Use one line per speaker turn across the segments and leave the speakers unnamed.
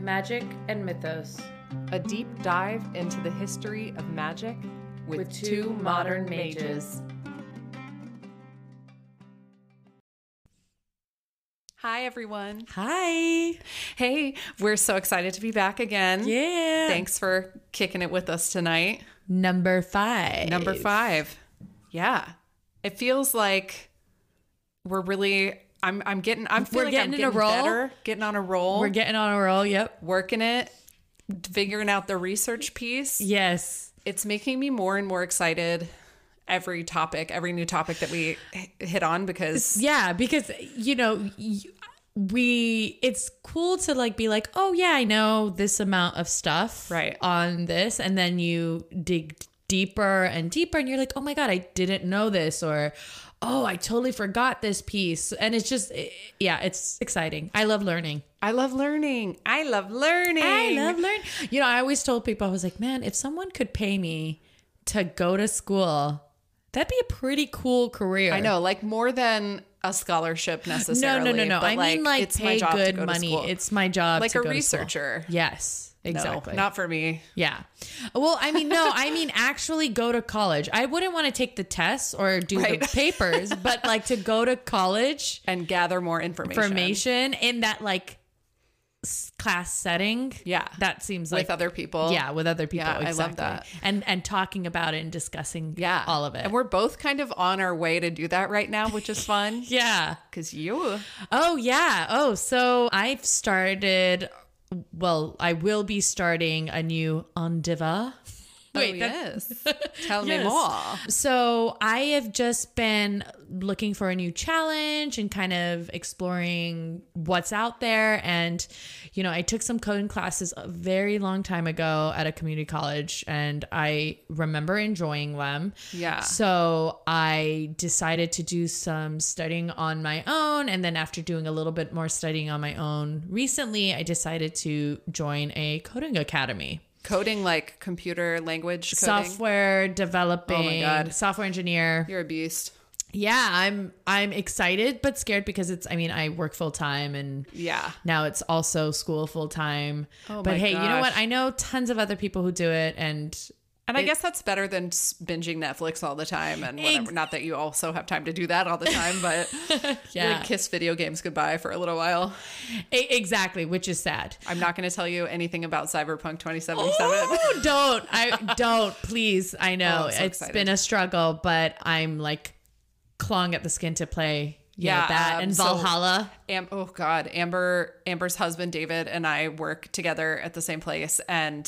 Magic and Mythos
A deep dive into the history of magic with, two modern mages. Hi, everyone.
Hi.
Hey, we're so excited to be back again.
Yeah.
Thanks for kicking it with us tonight.
Number five.
Number five. Yeah. It feels like we're really. I'm, I'm getting. I'm feeling
getting
like
in
I'm
a roll.
Better, getting on a roll.
We're getting on a roll. Yep.
working it, figuring out the research piece.
Yes.
It's making me more and more excited every topic, every new topic that we h- hit on because
Yeah, because you know y- we it's cool to like be like, "Oh yeah, I know this amount of stuff
Right.
on this." And then you dig deeper and deeper and you're like, "Oh my god, I didn't know this." Or Oh, I totally forgot this piece. And it's just, it- yeah, it's exciting. I love learning.
I love learning. I love learning.
I love learning. You know, I always told people, I was like, man, if someone could pay me to go to school, that'd be a pretty cool career.
I know, like more than a scholarship
No,
necessarily.
no, no, no.
but,
I mean, like,
it's my
pay
job to
good
go to
money.
school.
It's my job.
like
to
a
go to school.
researcher.
Yes,
No,
exactly.
not for me.
yeah. Well, I mean, no, I mean, actually go to college. I wouldn't want to take the tests or do
Right.
the papers, but like to go to college
And gather more information.
formation in that like s- class setting.
Yeah.
That seems
with
like
other people.
yeah, with other people.
Yeah, I love
exactly.
that.
And and talking about it and discussing
Yeah.
all of it.
And we're both kind of on our way to do that right now, which is fun.
yeah.
Because you
Oh yeah. Oh, so I've started well, I will be starting a new Undiva.
oh,
Wait, that-
yes. Tell
Yes.
me more.
So I have just been looking for a new challenge and kind of exploring what's out there. And, you know, I took some coding classes a very long time ago at a community college and I remember enjoying them.
Yeah.
So I decided to do some studying on my own. And then after doing a little bit more studying on my own recently, I decided to join a coding academy
Coding like computer language coding.
software developing
God.
software engineer
You're a beast.
yeah i'm i'm excited but scared because it's i mean i work full-time and
Yeah.
now it's also school full-time
Oh
but
my
hey you know what
gosh.
i know tons of other people who do it and
And I guess that's better than s- binging Netflix all the time and whatever.
Ex-
Not that you also have time to do that all the time, but you
Yeah.
would kiss video games goodbye for a little while.
e- exactly which is sad
I'm not going to tell you anything about Cyberpunk 2077.
Oh, don't I don't please. I know
Oh, I'm
it's
so excited.
been a struggle, but I'm like clawing at the skin to play. you know,
Yeah,
that
um,
and
so-
Valhalla.
Am- oh God, Amber, Amber's husband David and I work together at the same place, and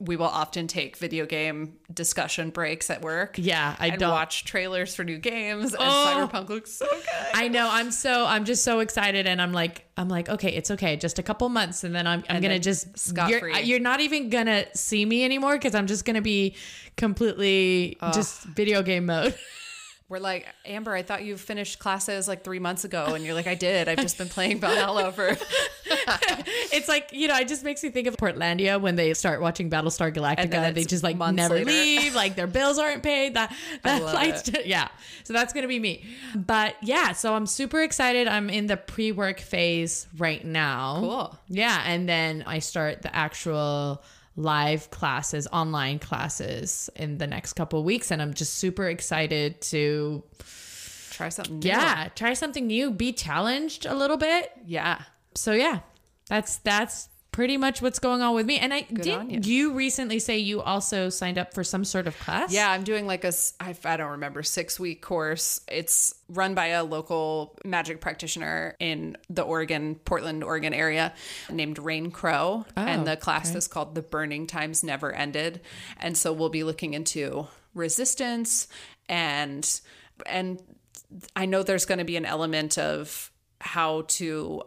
we will often take video game discussion breaks at work.
yeah, I
and
don't.
watch trailers for new games. And
Oh.
Cyberpunk looks so good.
I know. I'm so. I'm just so excited, and I'm like, I'm like, okay, it's okay. Just a couple months, and then I'm, I'm gonna
then
just
scot-free.
You're, you're not even gonna see me anymore because I'm just gonna be completely just video game mode.
We're like, Amber, I thought you finished classes like three months ago, and you're like, I did. I've just been playing Valhalla for.
it's like you know, it just makes me think of Portlandia when they start watching Battlestar Galactica.
And
And
then
they
it's
just like
months
never
later.
leave, like their bills aren't paid. That that
love
like yeah. So that's gonna be me. But yeah, so I'm super excited. I'm in the pre work phase right now.
Cool.
Yeah, and then I start the actual live classes, online classes in the next couple weeks, and I'm just super excited to
Try something. new.
yeah try something new, be challenged a little bit
yeah.
so yeah, that's that's pretty much what's going on with me. And I
on
did you. recently say you also signed up for some sort of class?
Yeah, I'm doing like a s- I, I don't remember six week course. It's run by a local magic practitioner in the Oregon, Portland, Oregon area named Rain Crow. and the class is called The Burning Times Never Ended. And so we'll be looking into resistance and, and I know there's going to be an element of how to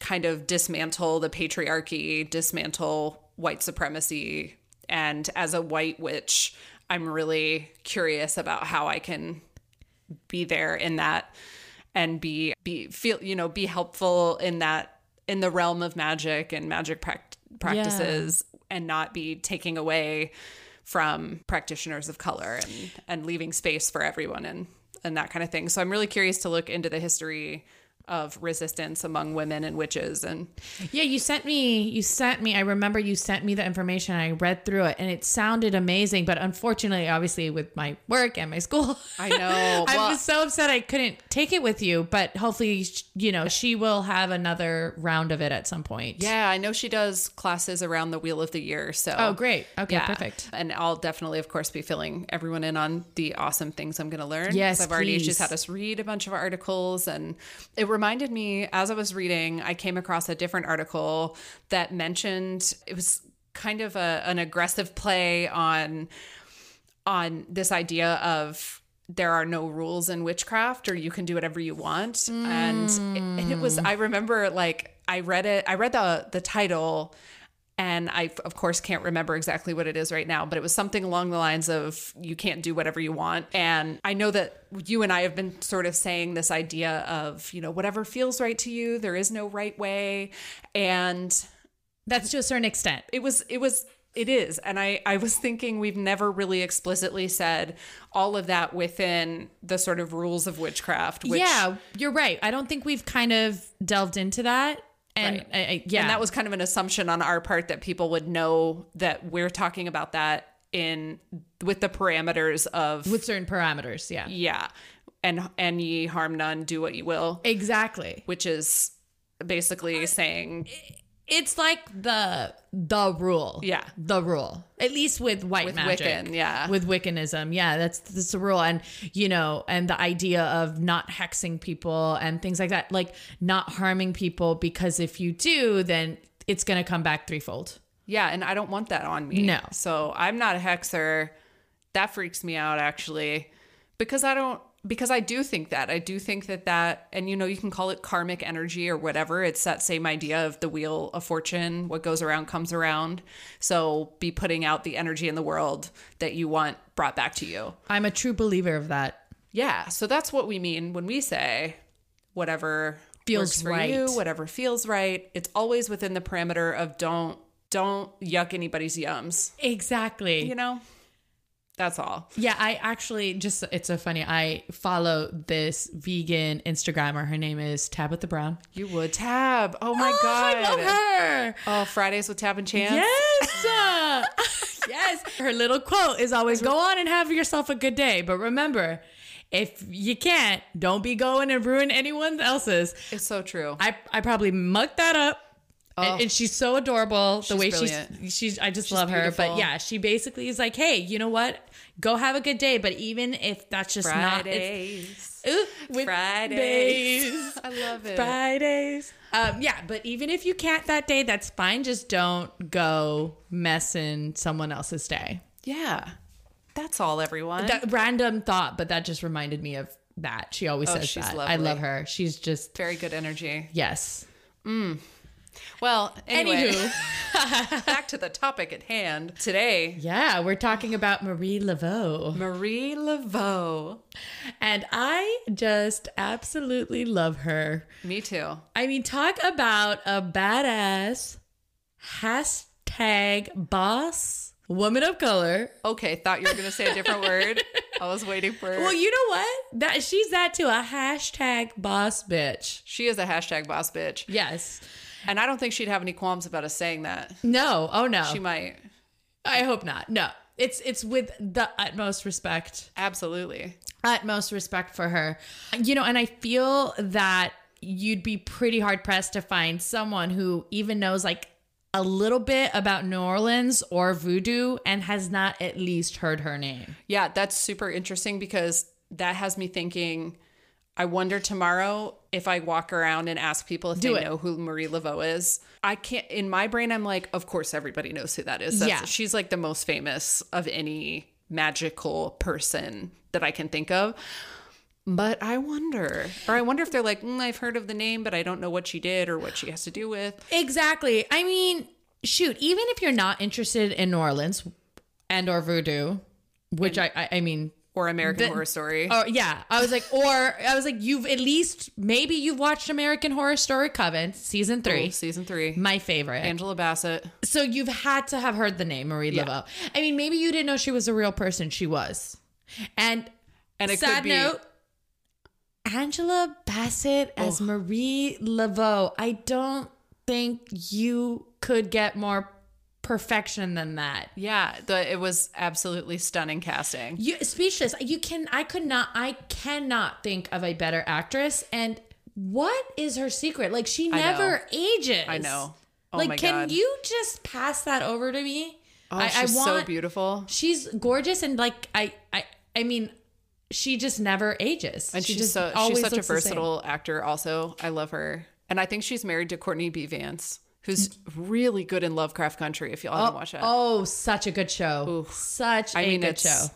kind of dismantle the patriarchy, dismantle white supremacy. And as a white witch, I'm really curious about how I can be there in that and be be feel you know be helpful in that in the realm of magic and magic prac- practices and not be taking away from practitioners of color and and leaving space for everyone and and that kind of thing. So I'm really curious to look into the history of resistance among women and witches and
Yeah, you sent me you sent me I remember you sent me the information I read through it and it sounded amazing, but unfortunately obviously with my work and my school
I know.
I'm
Well-
just so upset I couldn't take it with you, but hopefully you know, she will have another round of it at some point.
yeah, I know she does classes around the wheel of the year. So
Oh great. Okay,
Yeah.
perfect.
And I'll definitely, of course, be filling everyone in on the awesome things I'm going to learn.
Yes,
'Cause I've already
please.
she's had us read a bunch of articles, and it reminded me as I was reading, I came across a different article that mentioned it was kind of a, an aggressive play on on this idea of there are no rules in witchcraft or you can do whatever you want and, and it
Mm.
was i remember like i read it i read the the title and i of course can't remember exactly what it is right now but it was something along the lines of you can't do whatever you want and i know that you and i have been sort of saying this idea of you know whatever feels right to you there is no right way and
That's to a certain extent.
it was it was it is and i i was thinking we've never really explicitly said all of that within the sort of rules of witchcraft which
yeah, you're right. I don't think we've kind of delved into that. And
Right.
I, I, yeah,
and that was kind of an assumption on our part that people would know that we're talking about that in with the parameters of
with certain parameters. Yeah,
yeah and and ye harm none do what you will
exactly.
which is basically saying
It's like the the rule.
Yeah.
the rule. At least with white
With
magic.
Wiccan, yeah.
with Wiccanism. Yeah, that's that's the rule. And you know, and the idea of not hexing people and things like that, like not harming people because if you do, then it's gonna come back threefold.
Yeah, and I don't want that on me.
No.
So I'm not a hexer. That freaks me out actually because I don't because I do think that. I do think that that and you know you can call it karmic energy or whatever. It's that same idea of the wheel of fortune, what goes around comes around. So be putting out the energy in the world that you want brought back to you.
I'm a true believer of that.
Yeah, so that's what we mean when we say whatever
Feels
works for
right.
you, whatever feels right. It's always within the parameter of don't don't yuck anybody's yums
Exactly.
you know that's all
Yeah, I actually just it's so funny. I follow this vegan Instagrammer. Her name is Tabitha Brown.
you would tab oh my god
I love her.
oh fridays with tab and chance
Yes. uh, yes. Her little quote is always go on and have yourself a good day, but remember, if you can't, don't be going and ruin anyone else's.
it's so true
I I probably mucked that up. And, and she's so adorable the way
brilliant.
Oh. she's she's I just love her but
beautiful.
yeah she basically is like hey you know what go have a good day but even if that's just not it's-
fridays
Ooh, with
fridays i love it
Fridays. Um, yeah, but even if you can't that day, that's fine. Just don't go messing someone else's day.
yeah that's all everyone
That random thought, but that just reminded me of that. She always says
Oh, she's
that. I
lovely.
love her. She's just
very good energy
yes.
well anyway
Anywho,
back to the topic at hand today
yeah, we're talking about Marie Laveau,
marie laveau
and I just absolutely love her.
me too
I mean, talk about a badass hashtag boss woman of color.
okay thought you were gonna say a different word i was waiting for
Well, you know what? That she's that too. A hashtag boss bitch.
she is a hashtag boss bitch
Yes.
and i don't think she'd have any qualms about us saying that
No. Oh no.
she might
I hope not. No. It's it's with the utmost respect.
Absolutely.
Utmost respect for her. You know, and I feel that you'd be pretty hard pressed to find someone who even knows like a little bit about New Orleans or voodoo and has not at least heard her name.
Yeah, that's super interesting because that has me thinking. I wonder tomorrow if I walk around and ask people if
Do
they
it.
know who Marie Laveau is. I can't, in my brain, I'm like, of course everybody knows who that is. That's,
Yeah.
She's like the most famous of any magical person that I can think of. But I wonder, or I wonder if they're like, mm, I've heard of the name, but I don't know what she did or what she has to do with.
Exactly. I mean, shoot, even if you're not interested in New Orleans and or voodoo, which I, I I mean,
Or American Horror Story.
oh yeah, I was like, or I was like, you've at least maybe you've watched American Horror Story Coven season three,
Season three.
my favorite.
Angela Bassett.
so you've had to have heard the name Marie Laveau. I mean, maybe you didn't know she was a real person. She was, and
And it
sad
could be
note, Angela Bassett as Marie Laveau. I don't think you could get more perfection than that.
Yeah, the, it was absolutely stunning casting.
You speechless. You can I could not I cannot think of a better actress and what is her secret? Like she never ages.
I know. Oh
like
my
can
God.
you just pass that over to me?
Oh,
I,
she's
I want
so beautiful.
she's gorgeous and like I I I mean she just never ages.
And
she
she's
just
so she's
always
such a
looks the same.
versatile actor. Also, I love her, and I think she's married to Courtney B. Vance, who's really good in Lovecraft Country. If y'all haven't watched that,
Oh, such a good show. Such a
I mean,
good
it's
show.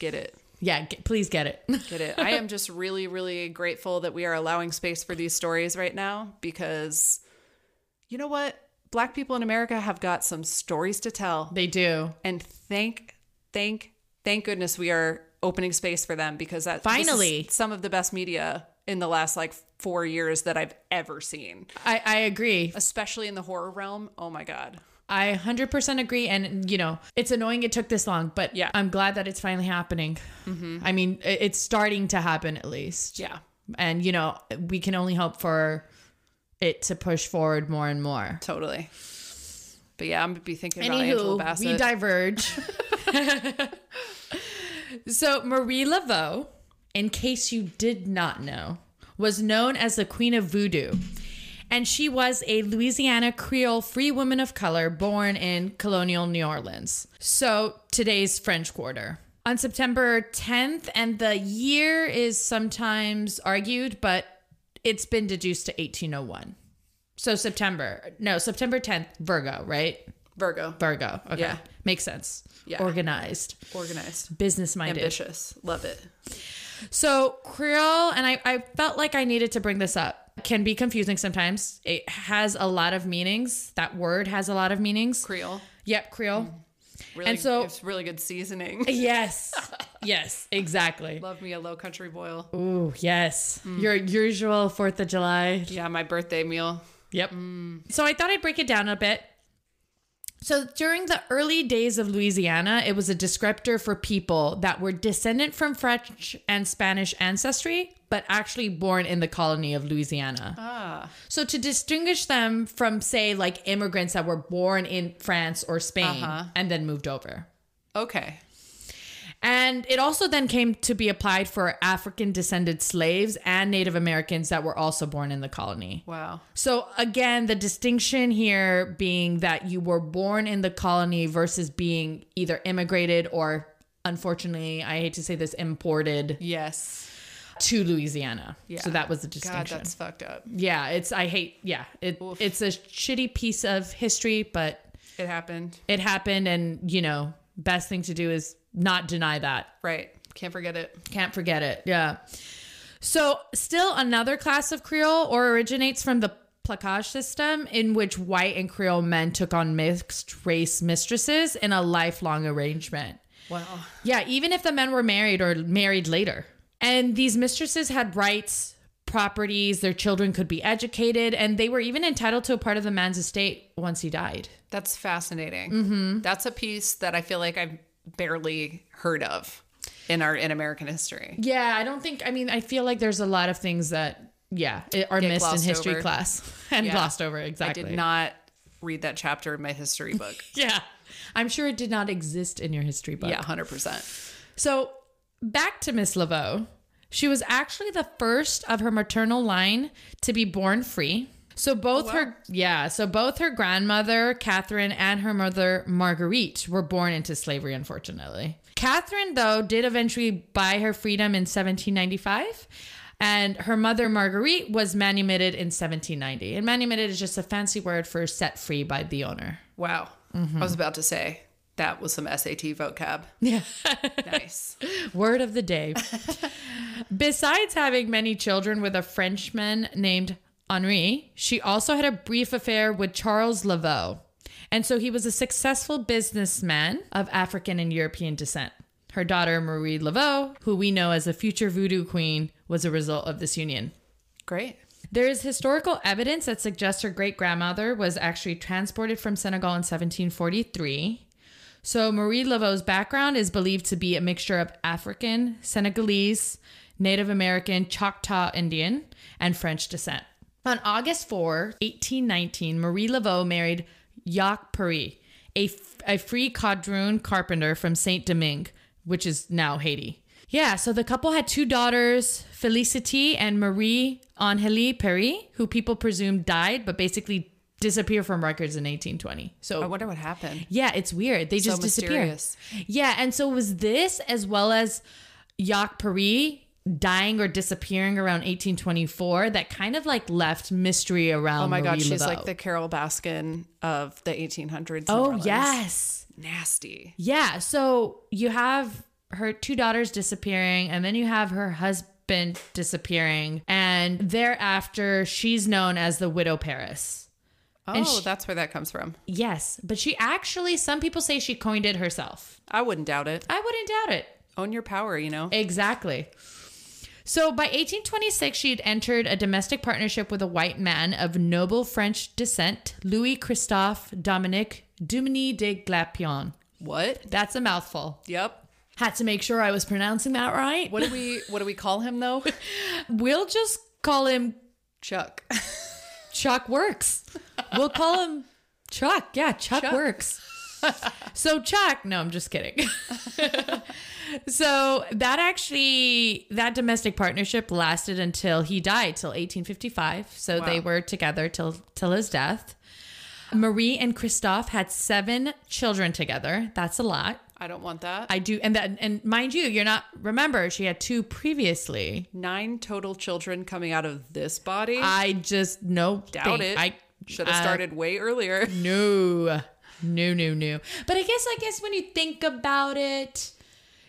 get it.
Yeah, g- please get it.
Get it. I am just really, really grateful that we are allowing space for these stories right now because you know what? Black people in America have got some stories to tell.
they do.
And thank, thank, thank goodness we are opening space for them because that this is
Finally.
some of the best media in the last like four years that I've ever seen.
I, I agree.
Especially in the horror realm. Oh my God.
I 100% agree. And, you know, it's annoying it took this long, but
Yeah. Mm-hmm.
I'm glad that it's finally happening. I mean, i- it's starting to happen at least.
Yeah.
And, you know, we can only hope for it to push forward more and more.
Totally. But yeah, I'm gonna be thinking about Angela
Anywho,
Bassett.
we diverge. so Marie Laveau, in case you did not know, was known as the Queen of Voodoo. And she was a Louisiana Creole free woman of color born in colonial New Orleans. So today's French Quarter. On September 10th, and the year is sometimes argued, but it's been deduced to 1801. So September, no, September 10th, Virgo, right?
Virgo.
Virgo. Okay.
Yeah.
Makes sense.
Yeah.
Organized,
Organized.
business minded.
Ambitious. Love it.
So Creole, and I, I felt like I needed to bring this up, can be confusing sometimes. It has a lot of meanings. That word has a lot of meanings.
Creole.
Yep, Creole.
Mm. Really,
And so-
it's really good seasoning.
Yes. yes, exactly.
Love me a low country boil.
Ooh, yes. Your usual 4th of July
Yeah, my birthday meal.
Yep. Mm. So I thought I'd break it down a bit. So during the early days of Louisiana, it was a descriptor for people that were descendant from French and Spanish ancestry, but actually born in the colony of Louisiana.
Ah,
So to distinguish them from, say, like immigrants that were born in France or Spain and then moved over.
okay.
And it also then came to be applied for African descended slaves and Native Americans that were also born in the colony.
Wow.
So again, the distinction here being that you were born in the colony versus being either immigrated or unfortunately, I hate to say this, imported
Yes.
to Louisiana.
Yeah.
So that was the
God,
distinction.
that's fucked up.
yeah, it's I hate yeah. It it's a shitty piece of history, but
It happened.
it happened and you know, best thing to do is not deny that.
Right. Can't forget it.
Can't forget it. Yeah. So, still another class of Creole or originates from the placage system in which white and Creole men took on mixed race mistresses in a lifelong arrangement.
Wow.
Yeah, even if the men were married or married later. And these mistresses had rights, properties, their children could be educated, and they were even entitled to a part of the man's estate once he died.
That's fascinating. Mm-hmm. That's a piece that I feel like I've barely heard of in our in American history.
Yeah, I don't think. I mean, I feel like there's a lot of things that yeah it- are
Get
missed in
glossed
history
over.
class and
Yeah.
glossed over. Exactly.
I did not read that chapter in my history book.
Yeah, I'm sure it did not exist in your history book.
yeah, hundred percent.
So back to Miss Laveau. She was actually the first of her maternal line to be born free. So both her yeah, so both her grandmother Catherine and her mother Marguerite were born into slavery, unfortunately. Catherine, though, did eventually buy her freedom in 1795, and her mother Marguerite was manumitted in 1790. And manumitted is just a fancy word for set free by the owner.
Wow. I was about to say that was some SAT vocab.
Yeah.
Nice.
Word of the day. Besides having many children with a Frenchman named Henri, she also had a brief affair with Charles Laveau. And so he was a successful businessman of African and European descent. Her daughter, Marie Laveau, who we know as the future voodoo queen, was a result of this union.
Great.
There is historical evidence that suggests her great grandmother was actually transported from Senegal in 1743. So Marie Laveau's background is believed to be a mixture of African, Senegalese, Native American, Choctaw Indian, and French descent. On August 4, 1819, Marie Laveau married Jacques Paris, a, f- a free quadroon carpenter from Saint Domingue, which is now Haiti. Yeah, so the couple had two daughters, Felicity and Marie Angélie Paris, who people presume died, but basically disappeared from records in 1820. So
I wonder what happened.
yeah, it's weird. They just disappear.
mysterious.
Yeah, and so was this as well as Jacques Paris dying or disappearing around 1824 that kind of like left mystery around
Oh my god, she's like the Carol Baskin of the 1800s. in New
Oh
Orleans.
yes.
nasty.
Yeah, so you have her two daughters disappearing and then you have her husband disappearing and thereafter she's known as the widow Paris.
Oh,
she-
that's where that comes from.
Yes, but she actually some people say she coined it herself.
I wouldn't doubt it.
I wouldn't doubt it.
Own your power, you know.
Exactly. So by 1826, she had entered a domestic partnership with a white man of noble French descent, Louis Christophe Dominique Dumini de Glapion.
What?
That's a mouthful.
Yep.
Had to make sure I was pronouncing that right.
What do we what do we call him though?
We'll just call him
Chuck.
Chuck Works. We'll call him Chuck. Yeah, Chuck, Works. So Chuck, no, I'm just kidding. so that actually that domestic partnership lasted until he died till 1855. So they were together till till his death. Marie and Christophe had seven children together. That's a lot.
I don't want that.
I do and that and mind you, you're not remember she had two previously.
Nine total children coming out of this body.
I just no
doubt it.
I
should have
I-
started way earlier.
No, no, no, no. But I guess, I guess when you think about it,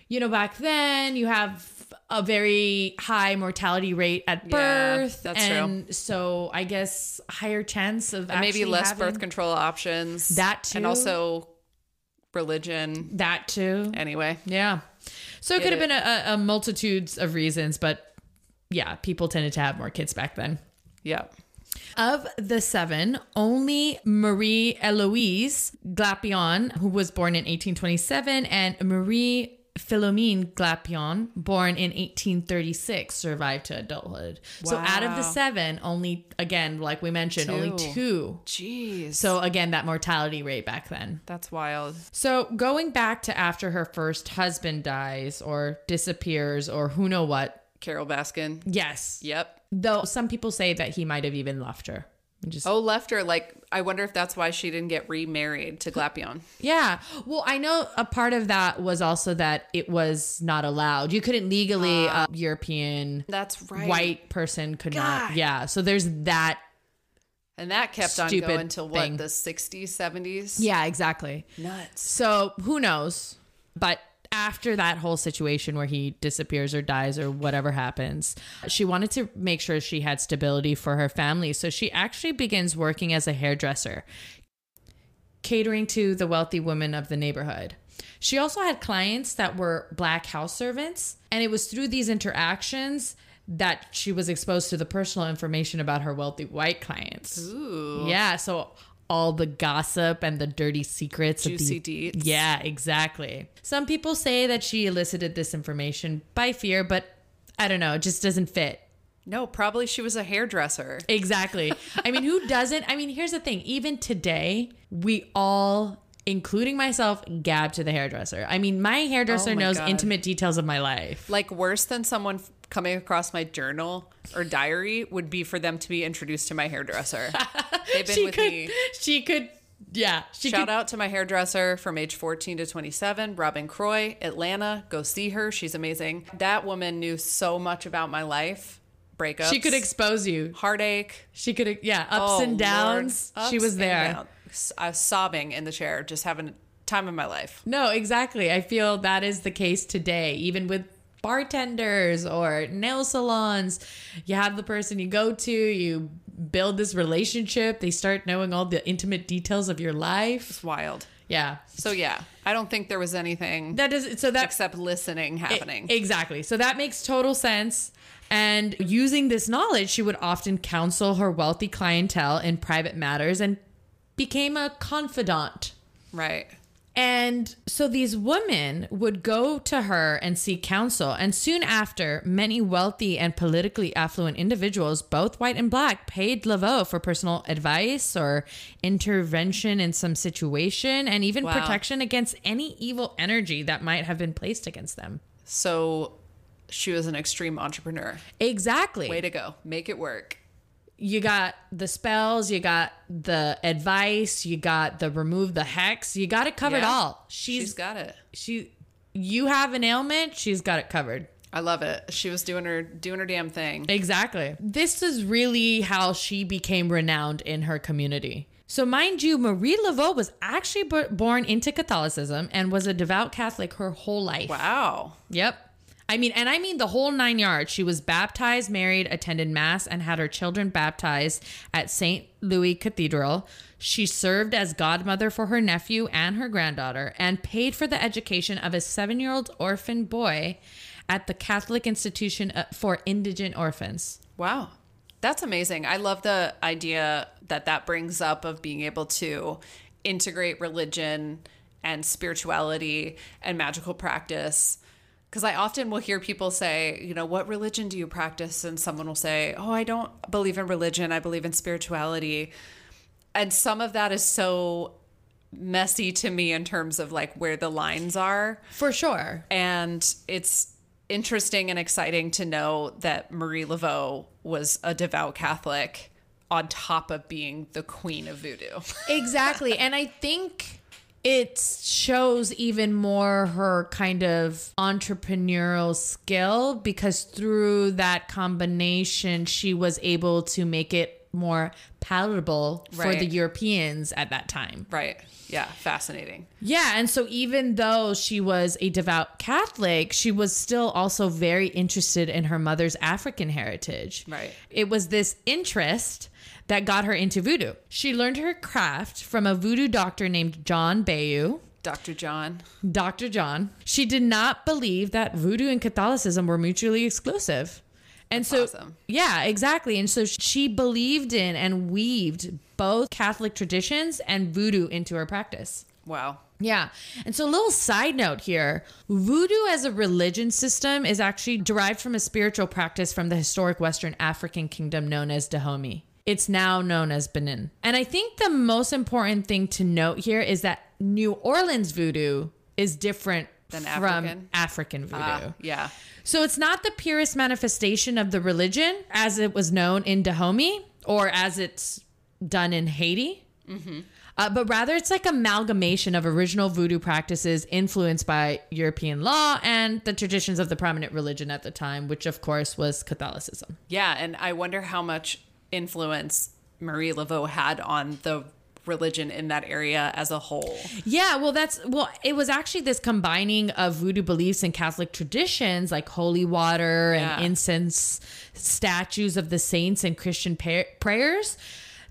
you know, back then you have a very high mortality rate at
Yeah,
birth.
that's true.
and So I guess higher chance of
Maybe
actually
less
having-
birth control options.
That
And
too.
also religion.
That too.
Anyway.
Yeah. So it
Get
could have
it.
been a, a multitudes of reasons, but yeah, people tended to have more kids back then.
Yep.
Of the seven, only Marie Eloise Glapion, who was born in 1827, and Marie Philomene Glapion, born in 1836, survived to adulthood. So out of the
Wow.
seven, only, again, like we mentioned, only
Two.
two.
Jeez.
So again, that mortality rate back then.
that's wild.
So going back to after her first husband dies or disappears or who know what.
Carol Baskin.
Yes.
Yep.
Though some people say that he might have even left her. Just
Oh, left her. Like, I wonder if that's why she didn't get remarried to Glapion.
Yeah. Well, I know a part of that was also that it was not allowed. You couldn't legally a European
That's right.
white person could
God.
not. Yeah. So there's that.
And that kept on
Stupid
going until what,
thing.
the 60s, 70s?
Yeah, exactly.
Nuts.
So who knows? But after that whole situation where he disappears or dies or whatever happens, she wanted to make sure she had stability for her family. So she actually begins working as a hairdresser, catering to the wealthy women of the neighborhood. She also had clients that were black house servants, and it was through these interactions that she was exposed to the personal information about her wealthy white clients.
Ooh.
Yeah, so all the gossip and the dirty secrets
Juicy
of the
deets.
Yeah, exactly. Some people say that she elicited this information by fear, but I don't know, it just doesn't fit.
No, probably she was a hairdresser.
Exactly. I mean, who doesn't? I mean, here's the thing, even today, we all including myself gab to the hairdresser. I mean, my hairdresser
Oh my
knows
God.
intimate details of my life.
Like, worse than someone f- coming across my journal or diary would be for them to be introduced to my hairdresser. They've been
She
with
could
me.
she could yeah, she
Shout
could
out to my hairdresser from age 14 to 27, Robin Croy, Atlanta. Go see her. She's amazing. That woman knew so much about my life, breakups,
she could expose you.
heartache,
She could yeah, ups
Oh,
and
Lord.
downs.
Ups
she was
and
there.
downs. I was sobbing in the chair, just having a time of my life.
No, exactly. I feel that is the case today, even with bartenders or nail salons. You have the person you go to, you build this relationship, they start knowing all the intimate details of your life.
It's wild.
Yeah.
So yeah, I don't think there was anything
That is so that
except listening happening.
Exactly. So that makes total sense. And using this knowledge, she would often counsel her wealthy clientele in private matters and became a confidant.
right.
And so these women would go to her and seek counsel. And soon after, many wealthy and politically affluent individuals, both white and black, paid Laveau for personal advice or intervention in some situation and even
Wow.
protection against any evil energy that might have been placed against them.
So she was an extreme entrepreneur.
Exactly.
Way to go. Make it work.
you got the spells, you got the advice, you got the remove the hex, you got it covered
Yeah.
all.
She's
She's
got it.
she you have an ailment, she's got it covered.
I love it. She was doing her doing her damn thing.
Exactly. This is really how she became renowned in her community. So, mind you, Marie Laveau was actually b- born into Catholicism and was a devout Catholic her whole life.
Wow.
Yep. I mean, and I mean the whole nine yards. She was baptized, married, attended Mass, and had her children baptized at St. Louis Cathedral. She served as godmother for her nephew and her granddaughter and paid for the education of a seven year old orphan boy at the Catholic Institution uh, for Indigent Orphans.
Wow. That's amazing. I love the idea that that brings up of being able to integrate religion and spirituality and magical practice. Because I often will hear people say, you know, what religion do you practice? And someone will say, oh, I don't believe in religion. I believe in spirituality. And some of that is so messy to me in terms of like where the lines are.
For sure.
And it's interesting and exciting to know that Marie Laveau was a devout Catholic on top of being the queen of voodoo.
exactly and i think it shows even more her kind of entrepreneurial skill because through that combination she was able to make it more palatable for
Right.
the europeans at that time
right. Yeah. Fascinating.
yeah, and so even though she was a devout Catholic, she was still also very interested in her mother's African heritage.
Right.
It was this interest that got her into voodoo. She learned her craft from a voodoo doctor named John Bayou.
Dr. John.
Dr. John. She did not believe that voodoo and Catholicism were mutually exclusive. And so,
awesome.
yeah, exactly. And so she believed in and weaved both Catholic traditions and voodoo into her practice.
Wow.
Yeah. And so, a little side note here voodoo as a religion system is actually derived from a spiritual practice from the historic Western African kingdom known as Dahomey. It's now known as Benin. And I think the most important thing to note here is that New Orleans voodoo is different
Than
from
African?
African voodoo.
Ah, yeah.
So it's not the purest manifestation of the religion as it was known in Dahomey or as it's done in Haiti. Uh, but rather, it's like amalgamation of original voodoo practices influenced by European law and the traditions of the prominent religion at the time, which of course was Catholicism.
Yeah. And I wonder how much influence Marie Laveau had on the religion in that area as a whole.
Yeah, well, that's well. It was actually this combining of voodoo beliefs and Catholic traditions, like holy water and
Yeah.
incense, statues of the saints, and Christian pa- prayers.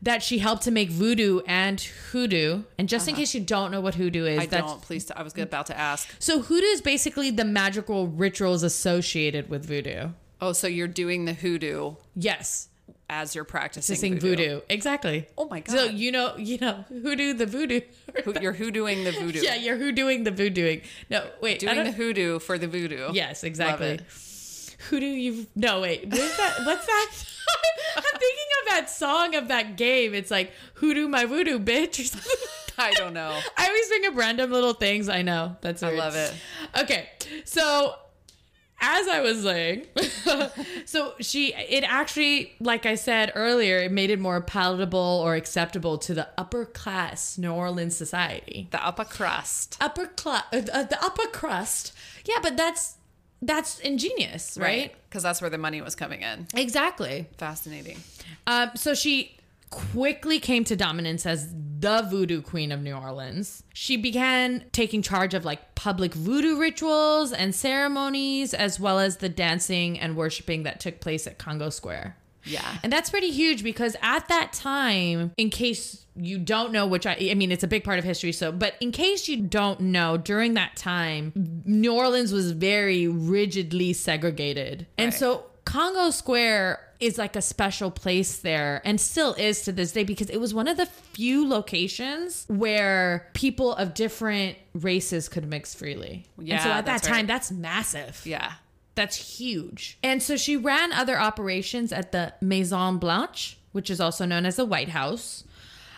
That she helped to make voodoo and hoodoo. And just in case you don't know what hoodoo is,
Uh-huh. I
that's
don't, please. I was about to ask.
so hoodoo is basically the magical rituals associated with voodoo.
Oh, so you're doing the hoodoo
Yes,
as you're
to
practicing
sing voodoo. exactly.
Oh my
So
God.
you know, you know, hoodoo the voodoo.
Who- You're hoodooing the voodoo.
yeah, you're hoodooing the voodooing. No, wait, I
doing
don't,
the hoodoo for the voodoo.
Yes, exactly.
it.
Who do you? No, wait. What's that? What's that? I'm thinking of that song of that game. It's like hoodoo my voodoo bitch or something.
I don't know.
I always bring up random little things. I know that's weird.
love it.
Okay, so as I was saying, so she it actually, like I said earlier, it made it more palatable or acceptable to the upper class New Orleans society
The upper crust.
upper class, uh, uh, the upper crust. Yeah, but that's that's ingenious, right?
Because that's where the money was coming in.
Exactly.
Fascinating.
Um, so she quickly came to dominance as the voodoo queen of New Orleans. She began taking charge of like public voodoo rituals and ceremonies, as well as the dancing and worshiping that took place at Congo Square.
Yeah.
And that's pretty huge because at that time, in case you don't know, which I, I mean, it's a big part of history. So, but in case you don't know, during that time, New Orleans was very rigidly segregated. And
Right.
so Congo Square is like a special place there and still is to this day because it was one of the few locations where people of different races could mix freely. and so
Yeah,
at that
that's
time,
right.
that's massive.
Yeah.
That's huge. And so she ran other operations at the Maison Blanche, which is also known as the White House.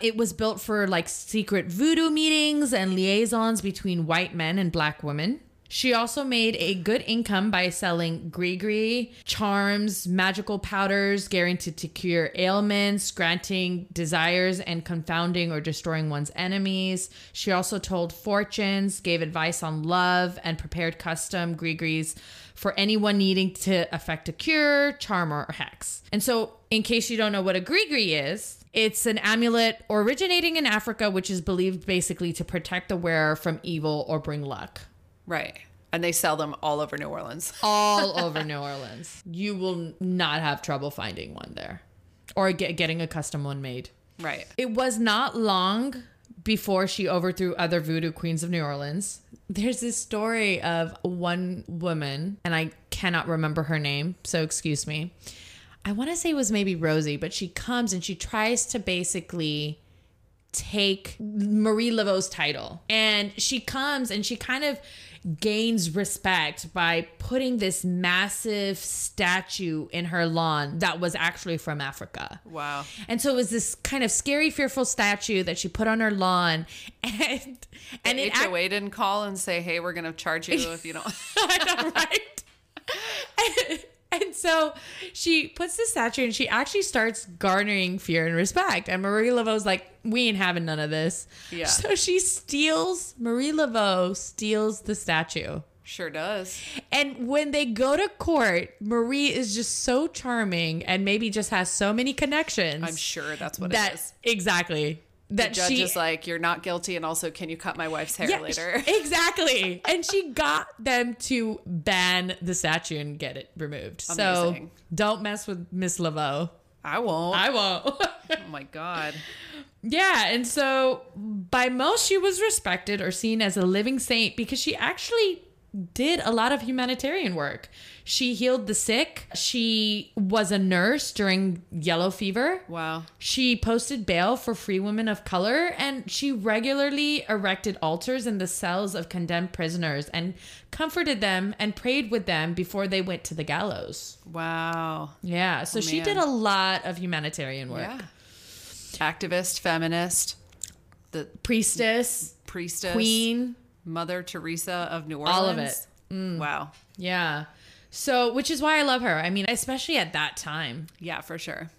It was built for like secret voodoo meetings and liaisons between white men and black women. She also made a good income by selling grigri, charms, magical powders guaranteed to cure ailments, granting desires, and confounding or destroying one's enemies. She also told fortunes, gave advice on love, and prepared custom grigris for anyone needing to effect a cure, charm, or hex. And so, in case you don't know what a grigri is, it's an amulet originating in Africa, which is believed basically to protect the wearer from evil or bring luck.
Right. And they sell them all over New Orleans.
All over New Orleans. You will not have trouble finding one there or get, getting a custom one made.
Right.
It was not long before she overthrew other voodoo queens of New Orleans. There's this story of one woman, and I cannot remember her name, so excuse me. I want to say it was maybe Rosie, but she comes and she tries to basically take Marie Laveau's title. And she comes and she kind of gains respect by putting this massive statue in her lawn that was actually from Africa.
Wow.
And so it was this kind of scary, fearful statue that she put on her lawn, and and it
HOA
act-
didn't call and say, "Hey, we're going to charge you if you don't."
I know, right. And, and so she puts the statue, and she actually starts garnering fear and respect. And Marie Laveau's like, "We ain't having none of this."
Yeah.
So she steals Marie Laveau steals the statue.
sure does.
And when they go to court, Marie is just so charming and maybe just has so many connections.
I'm sure that's what it is.
That's exactly
The
that
judge
she
is like, "You're not guilty," and also, "Can you cut my wife's hair later?"
she- exactly. and she got them to ban the statue and get it removed.
Amazing.
So don't mess with Miss Laveau.
I won't.
I won't.
oh my god.
yeah, and so by most she was respected or seen as a living saint because she actually did a lot of humanitarian work. She healed the sick. She was a nurse during yellow fever.
Wow.
She posted bail for free women of color and she regularly erected altars in the cells of condemned prisoners and comforted them and prayed with them before they went to the gallows.
Wow.
Yeah, so she
Oh, man.
did a lot of humanitarian work.
Yeah. Activist, feminist, the
Priestess,
priestess,
queen,
Mother Teresa of New Orleans.
All of Mm.
Wow.
yeah. So, which is why I love her. I mean, especially at that time.
Yeah, for sure.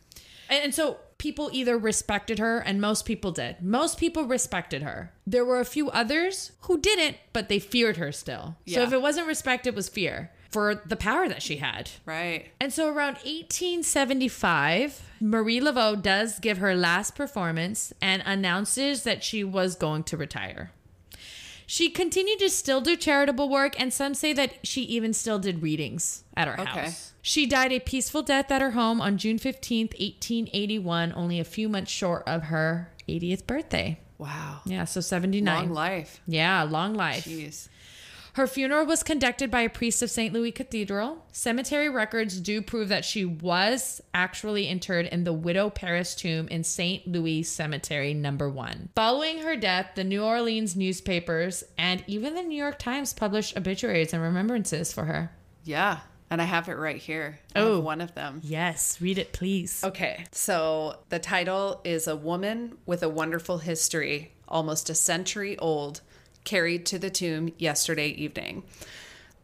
And, and so people either respected her, and most people did. Most people respected her. There were a few others who didn't, but they feared her still. So
Yeah.
if it wasn't respect, it was fear for the power that she had.
Right.
And so around 1875, Marie Laveau does give her last performance and announces that she was going to retire. She continued to still do charitable work, and some say that she even still did readings at her
Okay.
house. She died a peaceful death at her home on June 15th, 1881, only a few months short of her 80th birthday.
Wow.
Yeah, so
Long
79.
life.
yeah, long life.
Jeez.
Her funeral was conducted by a priest of St. Louis Cathedral. Cemetery records do prove that she was actually interred in the Widow Paris tomb in St. Louis Cemetery number 1. Following her death, the New Orleans newspapers and even the New York Times published obituaries and remembrances for her.
Yeah. And I have it right here. I have
Oh.
one of them.
Yes, read it please.
Okay. So the title is A Woman with a Wonderful History, almost a century old, carried to the tomb yesterday evening.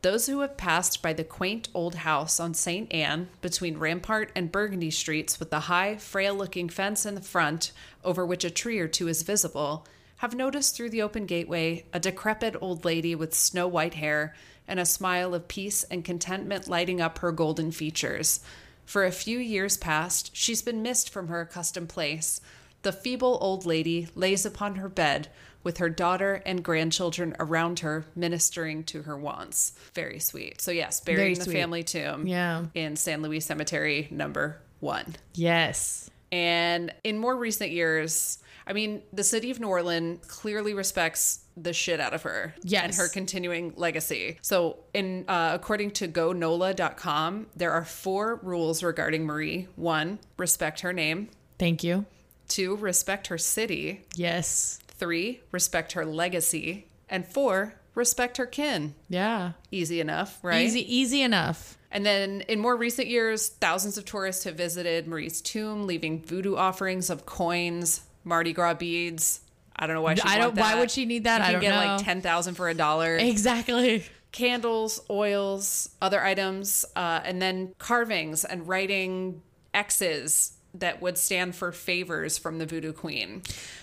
Those who have passed by the quaint old house on St. Anne between Rampart and Burgundy Streets with the high, frail looking fence in the front over which a tree or two is visible have noticed through the open gateway a decrepit old lady with snow white hair and a smile of peace and contentment lighting up her golden features. For a few years past, she's been missed from her accustomed place. The feeble old lady lays upon her bed with her daughter and grandchildren around her, ministering to her wants. Very sweet. So, yes, buried
Very
in the
sweet.
family tomb
Yeah.
in San Luis Cemetery, number one.
Yes.
And in more recent years, I mean, the city of New Orleans clearly respects the shit out of her.
Yes.
And her continuing legacy. So, in uh, according to gonola.com, there are four rules regarding Marie. One, respect her name.
Thank you.
Two, respect her city.
Yes.
Three, respect her legacy. And four, respect her kin.
Yeah.
Easy enough, right?
Easy easy enough.
And then in more recent years, thousands of tourists have visited Marie's tomb, leaving voodoo offerings of coins, Mardi Gras beads. I don't know why she.
I don't- why would she need that?
You
I
can
don't
get
know.
like ten thousand for a dollar.
Exactly.
Candles, oils, other items, uh, and then carvings and writing X's that would stand for favors from the voodoo queen.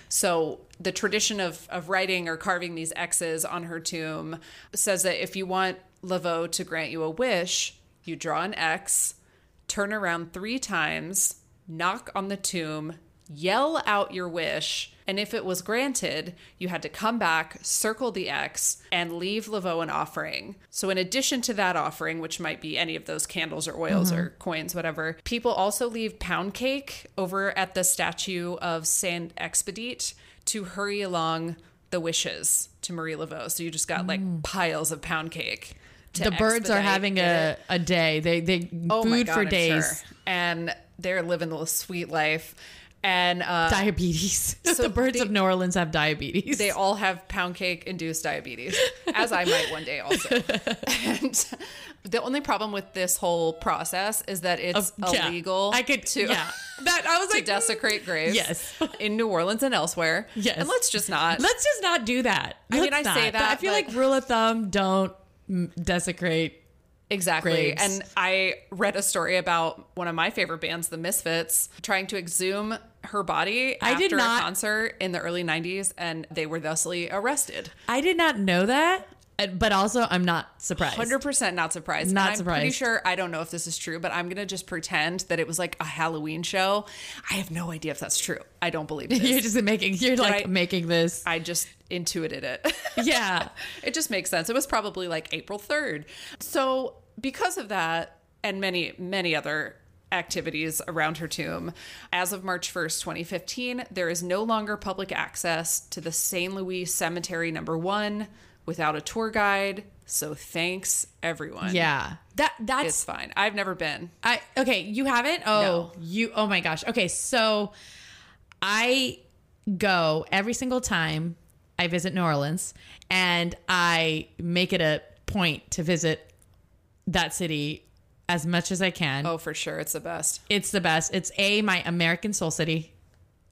So the tradition of of writing or carving these X's on her tomb says that if you want Laveau to grant you a wish, you draw an X, turn around three times, knock on the tomb, yell out your wish, and if it was granted, you had to come back, circle the X, and leave Laveau an offering. So, in addition to that offering, which might be any of those candles or oils or
Mm-hmm.
coins, whatever, people also leave pound cake over at the statue of Saint Expedite to hurry along the wishes to Marie Laveau. So, you just got like piles of pound cake. to
Mm. The birds are
expedite
having
it Oh
a, a day. They they
my
food
God,
for
I'm
days.
sure. and they're living the sweet life. And uh,
Diabetes.
So
the birds
they-
of New Orleans have diabetes.
they all have pound cake induced diabetes, as I might one day also. and the only problem with this whole process is that it's
Yeah.
illegal.
I could
to.
Yeah. That I was
To
like "Mm,
desecrate graves,
Yes.
in New Orleans and elsewhere,
Yes.
and let's just not.
Let's just not do that.
I mean,
Let's
I say
not.
that,
I feel
but-
like rule of thumb: don't mm, desecrate.
Exactly.
graves.
And I read a story about one of my favorite bands, The Misfits, trying to exhume her body
I
after
did not-
a concert in the early 90s, and they were thusly arrested.
I did not know that, uh, but also I'm not surprised.
100% not surprised.
Not
And I'm pretty
surprised.
sure, I don't know if this is true, but I'm going to just pretend that it was like a Halloween show. I have no idea if that's true. I don't believe it
You're
is.
just making. You're like
I-
making this.
I just intuited it.
yeah.
it just makes sense. It was probably like April 3rd. So, because of that and many, many other activities around her tomb, as of March 1st, 2015, there is no longer public access to the St. Louis Cemetery number one without a tour guide. So, thanks everyone.
Yeah. That
It's
that's
fine. I've never been.
I okay, you haven't? Oh,
No.
you oh my gosh. Okay, so I go every single time I visit New Orleans and I make it a point to visit that city as much as I can.
Oh, for sure. It's the best.
It's the best. It's a my American soul city.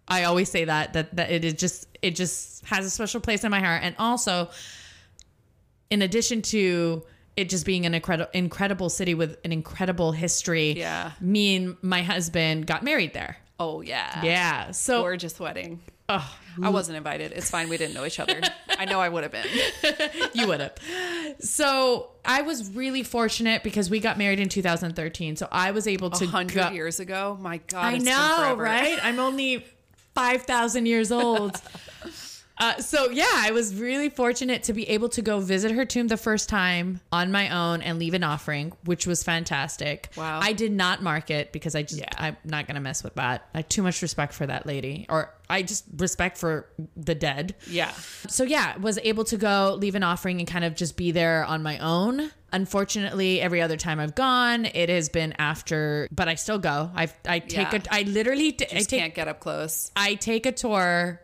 I always say that that that it is just it just has a special place in my heart, and also, in addition to it just being an incredible incredible city with an incredible history.
Yeah.
me and my husband got married there.
Oh, yeah.
Yeah, so
Gorgeous wedding. I wasn't invited. It's fine. We didn't know each other. I know I would have been.
you would have. So I was really fortunate because we got married in 2013, so I was able to go-
100 years ago. My God.
I
it's been
know,
forever.
right? I'm only 5,000 years old. Uh, so yeah, I was really fortunate to be able to go visit her tomb the first time on my own and leave an offering, which was fantastic.
Wow.
I did not mark it because I just
Yeah.
I'm not gonna mess with that. I have too much respect for that lady, or I just respect for the dead.
Yeah.
So yeah, was able to go leave an offering and kind of just be there on my own. Unfortunately, every other time I've gone, it has been after, but I still go. I I take
Yeah.
a I literally t- I
Just
take
can't get up close.
I take a tour.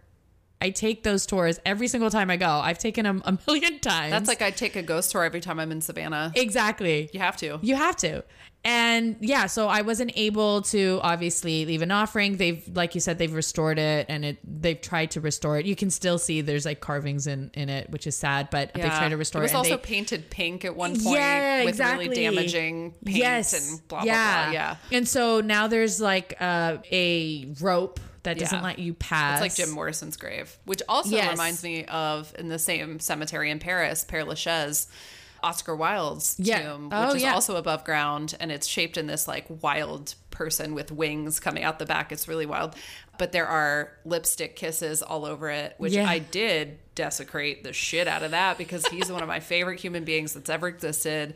I take those tours every single time I go. I've taken them a million times.
That's like I take a ghost tour every time I'm in Savannah.
exactly.
You have to.
You have to. And yeah, so I wasn't able to obviously leave an offering. They've, like you said, they've restored it and it they've tried to restore it. You can still see there's like carvings in in it, which is sad, but they've tried to restore
it.
it.
was
and
also
they-
painted pink at one point
Yeah,
with
exactly.
really damaging paint and blah, blah, blah. Yeah.
And so now there's like uh, a rope that doesn't
Yeah.
let you pass.
It's like Jim Morrison's grave, which also
Yes.
reminds me of in the same cemetery in Paris, Père Lachaise, Oscar Wilde's
Yeah.
tomb, which
Oh,
is
yeah.
also above ground and it's shaped in this like wild person with wings coming out the back. It's really wild. But there are lipstick kisses all over it, which
Yeah.
I did desecrate the shit out of that because he's one of my favorite human beings that's ever existed.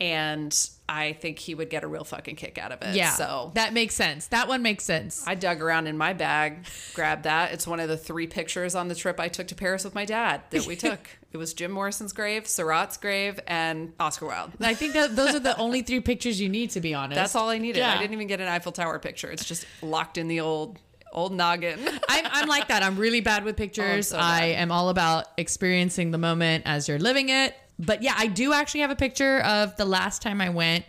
and I think he would get a real fucking kick out of it.
Yeah.
So
that makes sense. That one makes sense.
I dug around in my bag, grabbed that. It's one of the three pictures on the trip I took to Paris with my dad that we took. it was Jim Morrison's grave, Surratt's grave, and Oscar Wilde.
I think that those are the only three pictures you need to be honest.
That's all I needed.
Yeah.
I didn't even get an Eiffel Tower picture. It's just locked in the old old noggin.
I'm, I'm like that. I'm really bad with pictures.
Oh, so bad.
I am all about experiencing the moment as you're living it. But yeah, I do actually have a picture of the last time I went.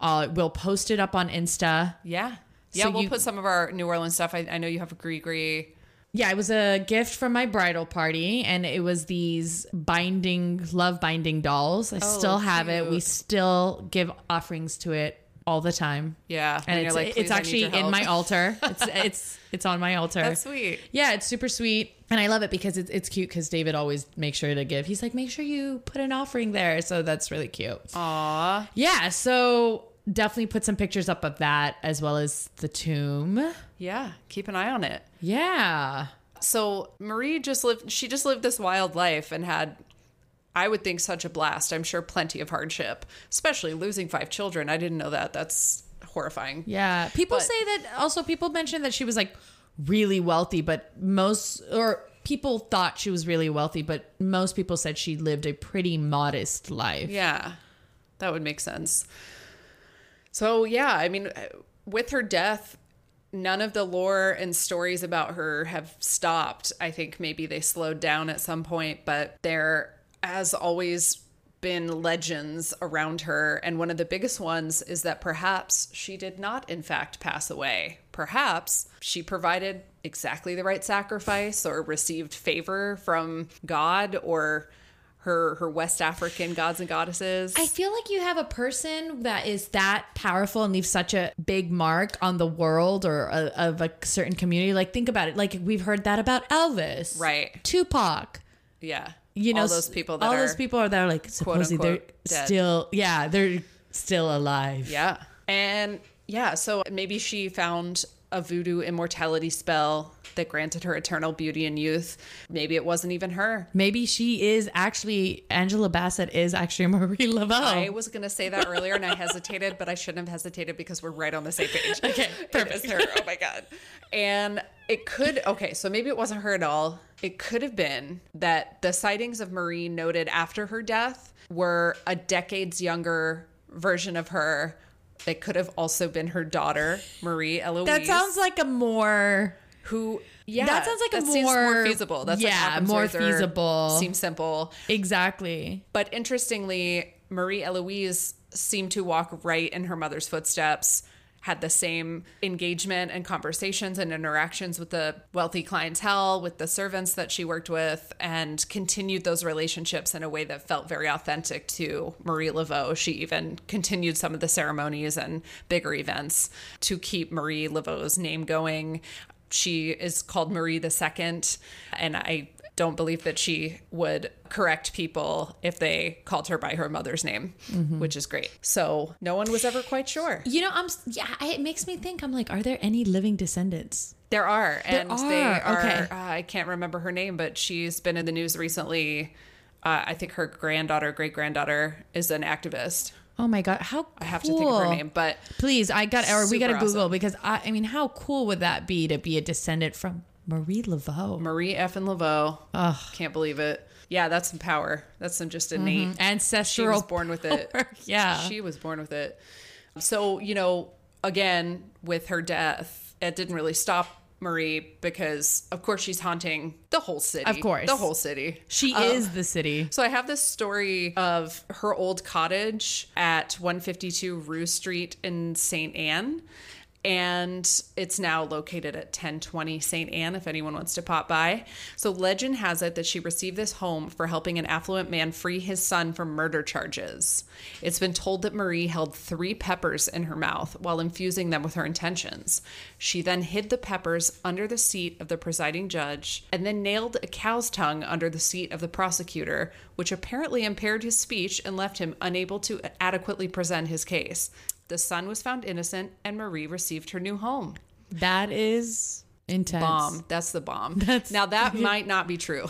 Uh, we'll post it up on Insta.
Yeah. Yeah,
So
we'll
you-
put some of our New Orleans stuff. I, I know you have a gree
Yeah, it was a gift from my bridal party, and it was these binding, love binding dolls. I still have it. We
Oh, cute.
still give offerings to it all the time.
Yeah.
and
you're
it's
like,
it's
"Please, I need
actually
your
in
help."
my altar. It's it's it's on my altar.
That's sweet.
Yeah, it's super sweet. And I love it because it's, it's cute because David always makes sure to give. He's like, make sure you put an offering there. So that's really cute.
Aw.
Yeah. So definitely put some pictures up of that as well as the tomb.
Yeah. Keep an eye on it.
Yeah.
So Marie just lived she just lived this wild life and had I would think such a blast. I'm sure plenty of hardship, especially losing five children. I didn't know that. That's horrifying.
Yeah. People
But-
say that also, people mentioned that she was like really wealthy, but most, or people thought she was really wealthy, but most people said she lived a pretty modest life.
Yeah, that would make sense. So, yeah, I mean, with her death, none of the lore and stories about her have stopped. I think maybe they slowed down at some point, but there has always been legends around her. And one of the biggest ones is that perhaps she did not, in fact, pass away. Perhaps she provided exactly the right sacrifice or received favor from God or her her West African gods and goddesses.
I feel like you have a person that is that powerful and leaves such a big mark on the world or a, of a certain community. Like, think about it. Like, we've heard that about Elvis,
Right.
Tupac.
yeah.
You know,
all those people that
all
are
those people are that are like supposedly they're
unquote, dead.
still, yeah, they're still alive.
Yeah. And yeah, so maybe she found a voodoo immortality spell that granted her eternal beauty and youth. Maybe it wasn't even her.
Maybe she is actually Angela Bassett is actually Marie Laveau.
I was going to say that earlier and I hesitated, but I shouldn't have hesitated because we're right on the same page.
Okay,
It is her. Oh my God. And it could, okay, so maybe it wasn't her at all. It could have been that the sightings of Marie noted after her death were a decades younger version of her. It could have also been her daughter, Marie Eloise.
that sounds like a more
who yeah
That sounds like a
seems
more-
feasible that's
yeah,
like Occam's
more
razor,
feasible.
seems simple
exactly.
but interestingly marie eloise seemed to walk right in her mother's footsteps had the same engagement and conversations and interactions with the wealthy clientele with the servants that she worked with and continued those relationships in a way that felt very authentic to marie laveau she even continued some of the ceremonies and bigger events to keep marie laveau's name going she is called Marie the Second, and I don't believe that she would correct people if they called her by her mother's name, which is great. So no one was ever quite sure.
You know, I'm s- yeah. I- It makes me think. I'm like, are there any living descendants?
There are, and they
are,
are.
okay.
Uh, I can't remember her name, but she's been in the news recently. Uh, I think her granddaughter, great granddaughter, is an activist.
Oh my god, how
I have to think of her name, but
Please, I got or we
Super
got to
awesome.
Google because I, I mean, how cool would that be to be a descendant from Marie Laveau
Marie F. and Laveau. Can't believe it. Yeah, that's some power. That's some just innate
ancestral?
she was born with it.
power. Yeah.
She was born with it. So, you know, again, with her death, it didn't really stop Marie because, of course, she's haunting the whole city.
Of course.
The whole city.
she is the city.
So I have this story of her old cottage at 152 Rue Street in St. Anne. And it's now located at 1020 St. Anne, if anyone wants to pop by. So, legend has it that she received this home for helping an affluent man free his son from murder charges. It's been told that Marie held three peppers in her mouth while infusing them with her intentions. She then hid the peppers under the seat of the presiding judge and then nailed a cow's tongue under the seat of the prosecutor, which apparently impaired his speech and left him unable to adequately present his case. The son was found innocent and Marie received her new home.
That is Intense.
Bomb. That's the bomb.
That's-
now that might not be true.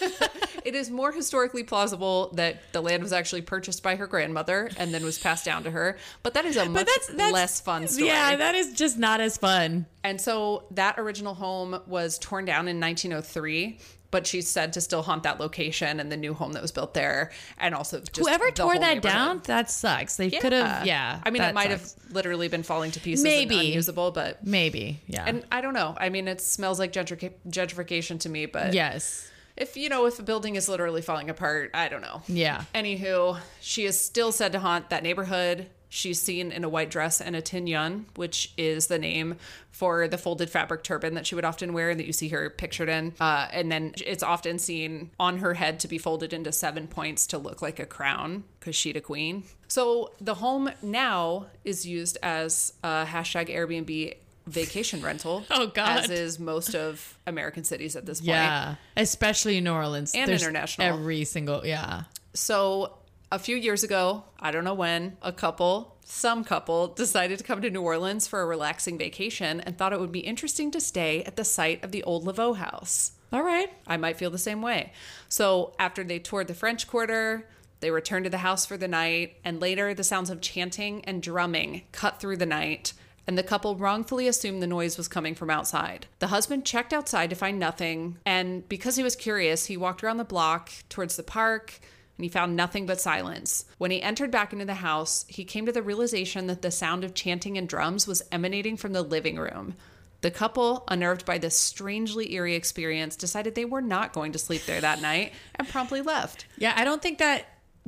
it is more historically plausible that the land was actually purchased by her grandmother and then was passed down to her. But that is a much
that's- that's-
less fun story.
Yeah, that is just not as fun.
and so that original home was torn down in 1903. But she's said to still haunt that location and the new home that was built there, and also just
Whoever
the
tore
whole
that
neighborhood.
down, that sucks. They could have, yeah.
I mean, it
that
might
sucks.
have literally been falling to pieces,
Maybe.
maybe and unusable, but
maybe, yeah.
and I don't know. I mean, it smells like gentrica- gentrification to me, but
yes,
if you know if a building is literally falling apart, I don't know.
yeah.
Anywho, she is still said to haunt that neighborhood. She's seen in a white dress and a tin yun, which is the name for the folded fabric turban that she would often wear and that you see her pictured in. Uh, and then it's often seen on her head to be folded into seven points to look like a crown because she's a queen. So the home now is used as a hashtag Airbnb vacation rental.
Oh, God.
As is most of American cities at this point.
Yeah, especially in New Orleans
And international.
Every single yeah,
So a few years ago, I don't know when, a couple, some couple, decided to come to New Orleans for a relaxing vacation and thought it would be interesting to stay at the site of the old Laveau house.
all right.
I might feel the same way. So after they toured the French Quarter, they returned to the house for the night, and later the sounds of chanting and drumming cut through the night, and the couple wrongfully assumed the noise was coming from outside. The husband checked outside to find nothing, and because he was curious, he walked around the block towards the park. And he found nothing but silence. When he entered back into the house, he came to the realization that the sound of chanting and drums was emanating from the living room. The couple, unnerved by this strangely eerie experience, decided they were not going to sleep there that night and promptly left.
Yeah, I don't think that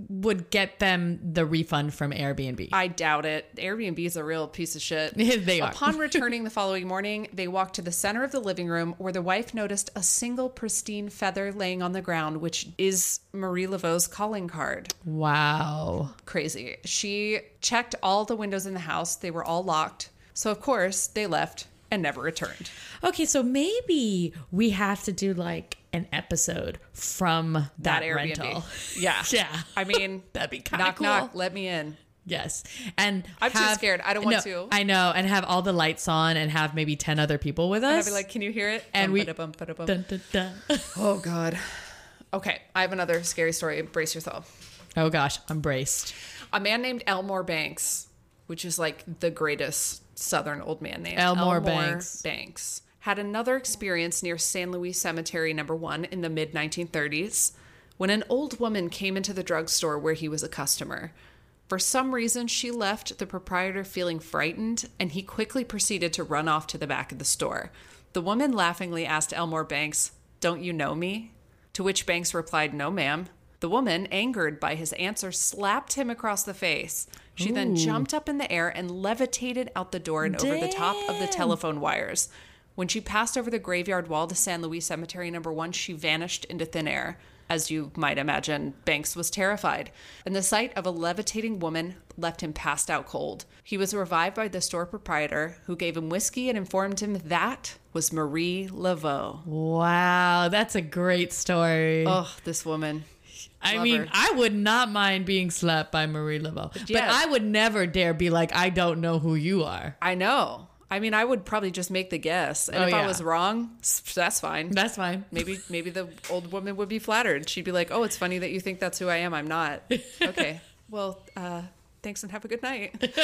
would get them the refund from Airbnb.
I doubt it. Airbnb is a real piece of shit.
They are.
Upon returning the following morning, they walked to the center of the living room where the wife noticed a single pristine feather laying on the ground, which is Marie Laveau's calling card.
wow.
Crazy. She checked all the windows in the house, they were all locked. So, of course, they left and never returned.
Okay, so maybe we have to do like an episode from that,
That, Airbnb.
rental.
Yeah.
Yeah.
I mean,
That'd be kinda
knock,
cool.
knock, let me in.
Yes, and
I'm too scared. I don't want
no,
to.
I know, and have all the lights on, and have maybe ten other people with us.
I'd be like, can you hear it?
And we-
Bum, ba-da-bum, ba-da-bum.
Dun, dun, dun.
Oh God. Okay, I have another scary story. Brace yourself.
oh gosh, I'm braced.
A man named Elmore Banks, which is like the greatest Southern old man name.
Elmore Banks.
Banks had another experience near San Luis Cemetery Number One in the mid 1930s, when an old woman came into the drugstore where he was a customer. For some reason, she left the proprietor feeling frightened, and he quickly proceeded to run off to the back of the store. The woman laughingly asked Elmore Banks, "Don't you know me?" To which Banks replied, No, ma'am. The woman, angered by his answer, slapped him across the face. She then jumped up in the air and levitated out the door and over the top of the
Damn.
telephone wires. When she passed over the graveyard wall to San Luis Cemetery number one, she vanished into thin air. As you might imagine, Banks was terrified, and the sight of a levitating woman left him passed out cold. He was revived by the store proprietor, who gave him whiskey and informed him that was Marie Laveau.
Wow, that's a great story.
Oh, this woman.
I
Love
mean,
her.
I would not mind being slapped by Marie Laveau, but,
yes.
I would never dare be like, I don't know who you are.
I know. I mean, I would probably just make the guess, and
Oh,
if
yeah.
I was wrong, s- that's fine.
That's fine.
Maybe, maybe the old woman would be flattered. She'd be like, "Oh, it's funny that you think that's who I am. I'm not." Okay. well, uh, thanks, and have a good night.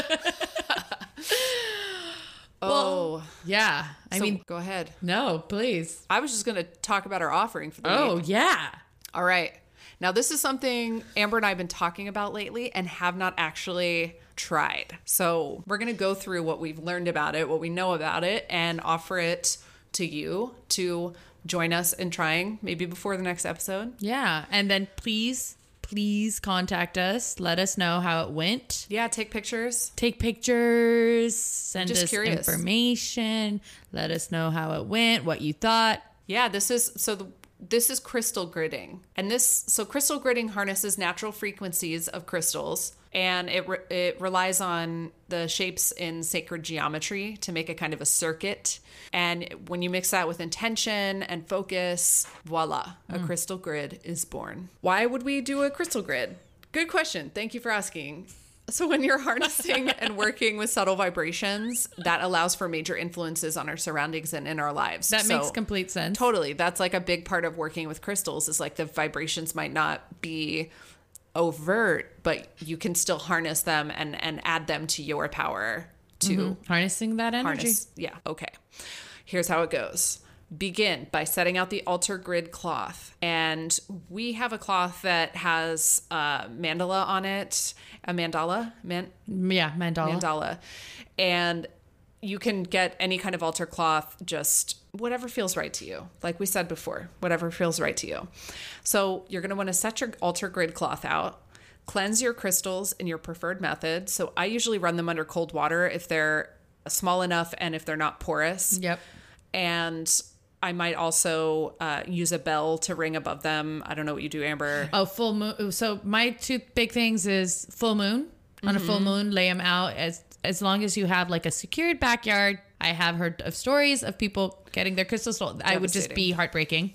oh,
Yeah, I
so
mean,
go ahead.
no, please.
I was just going to talk about our offering for the week.
Oh yeah,
All right. Now, this is something Amber and I have been talking about lately and have not actually tried. So, we're going to go through what we've learned about it, what we know about it, and offer it to you to join us in trying maybe before the next episode.
yeah. And then please, please contact us. Let us know how it went.
Yeah, take pictures.
Take pictures. Send
Just
us
curious.
information. Let us know how it went. What you thought.
Yeah, this is so the, this is crystal gridding. And this so crystal gridding harnesses natural frequencies of crystals and it re, it relies on the shapes in sacred geometry to make a kind of a circuit. And when you mix that with intention and focus, voila, a
Hmm.
crystal grid is born. Why would we do a crystal grid? Good question. Thank you for asking. So, when you're harnessing and working with subtle vibrations, that allows for major influences on our surroundings and in our lives.
That
So-
makes complete sense.
Totally. That's like a big part of working with crystals is like the vibrations might not be overt, but you can still harness them and, and add them to your power to
Harnessing that Mm-hmm. energy.
harness. Yeah. Okay. Here's how it goes. Begin by setting out the altar grid cloth. And we have a cloth that has uh, mandala on it, a mandala, man,
Yeah, mandala.
mandala. And you can get any kind of altar cloth, just whatever feels right to you. Like we said before, whatever feels right to you. So you're going to want to set your altar grid cloth out. Cleanse your crystals in your preferred method. So I usually run them under cold water if they're small enough and if they're not porous
Yep.
and I might also uh, use a bell to ring above them. I don't know what you do, Amber.
Oh, full moon. So my two big things is full moon. On a full moon, lay them out as as long as you have like a secured backyard. I have heard of stories of people getting their crystals stolen. I would just be heartbreaking.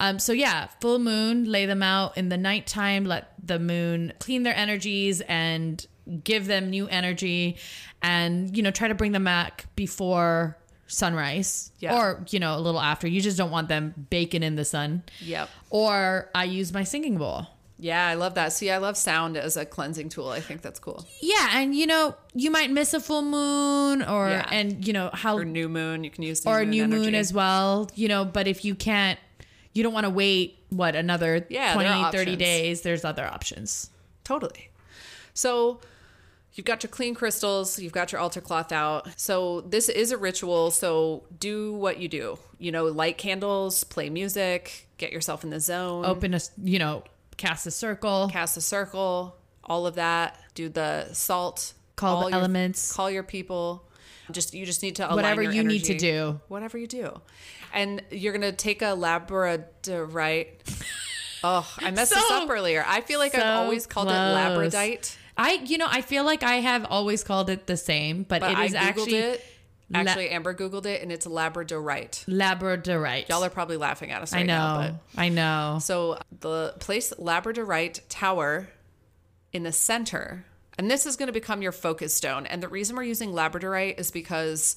Um, so yeah, full moon, lay them out in the nighttime. Let the moon clean their energies and give them new energy, and you know try to bring them back before sunrise
Yeah.
or you know a little after. You just don't want them baking in the sun.
Yep.
Or I use my singing bowl.
Yeah, I love that. See, I love sound as a cleansing tool. I think that's cool.
Yeah, and you know, you might miss a full moon or
Yeah.
and you know how
Or new moon, you can use new
or a new
energy.
moon as well, you know, but if you can't you don't want to wait what another
Yeah, there are
twenty thirty 20 30
options.
days, there's other options.
Totally. So you've got your clean crystals, you've got your altar cloth out. So this is a ritual. So do what you do. You know, light candles, play music, get yourself in the zone.
Open a, s- you know, cast a circle,
cast a circle, all of that. Do the salt.
Call the
all your-
elements.
Call your people. Just you just need to align
whatever
your
you need to
energy.
do.
Whatever you do, and you're gonna take a labradorite. Oh, I messed this
So-
up earlier. I feel like
so
I've always called it
close.
labradite,
I you know, I feel like I have always called it the same, but,
but
it
I
is
googled
actually
it. Actually, Amber googled it, and it's labradorite.
labradorite.
Y'all are probably laughing at us right
I know.
now, but
I know.
So the place labradorite tower in the center, and this is going to become your focus stone. And the reason we're using labradorite is because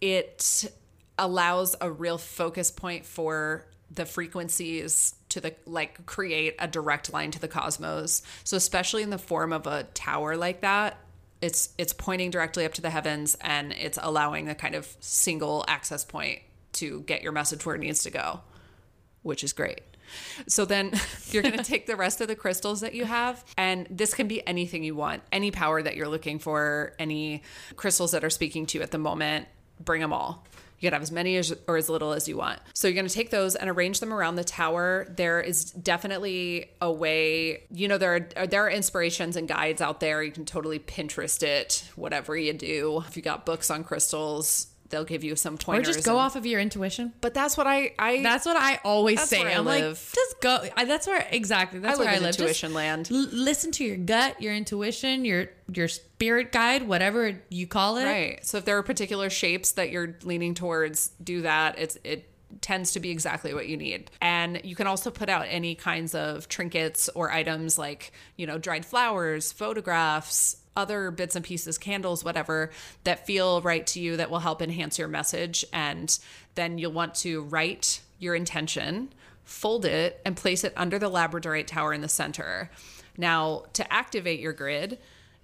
it allows a real focus point for the frequencies to the like create a direct line to the cosmos. So especially in the form of a tower like that, it's it's pointing directly up to the heavens and it's allowing a kind of single access point to get your message where it needs to go which is great. So then you're going to take the rest of the crystals that you have, and this can be anything you want, any power that you're looking for, any crystals that are speaking to you at the moment, bring them all. You can have as many as, or as little as you want. So you're going to take those and arrange them around the tower. There is definitely a way, you know, there are there are inspirations and guides out there. You can totally Pinterest it, whatever you do. If you got books on crystals, they'll give you some
or
pointers.
just go
and-
off of your intuition.
But that's what I I
That's what I always
That's
say.
where I
I'm
live.
like, just go. I, that's where exactly. That's
I live
where
in
I live. Just
intuition land.
l- listen to your gut, your intuition, your your spirit guide, whatever you call it.
Right. So if there are particular shapes that you're leaning towards, do that. It's it tends to be exactly what you need. And you can also put out any kinds of trinkets or items like, you know, dried flowers, photographs, other bits and pieces, candles, whatever that feel right to you that will help enhance your message and then you'll want to write your intention, fold it and place it under the labradorite tower in the center. Now, to activate your grid,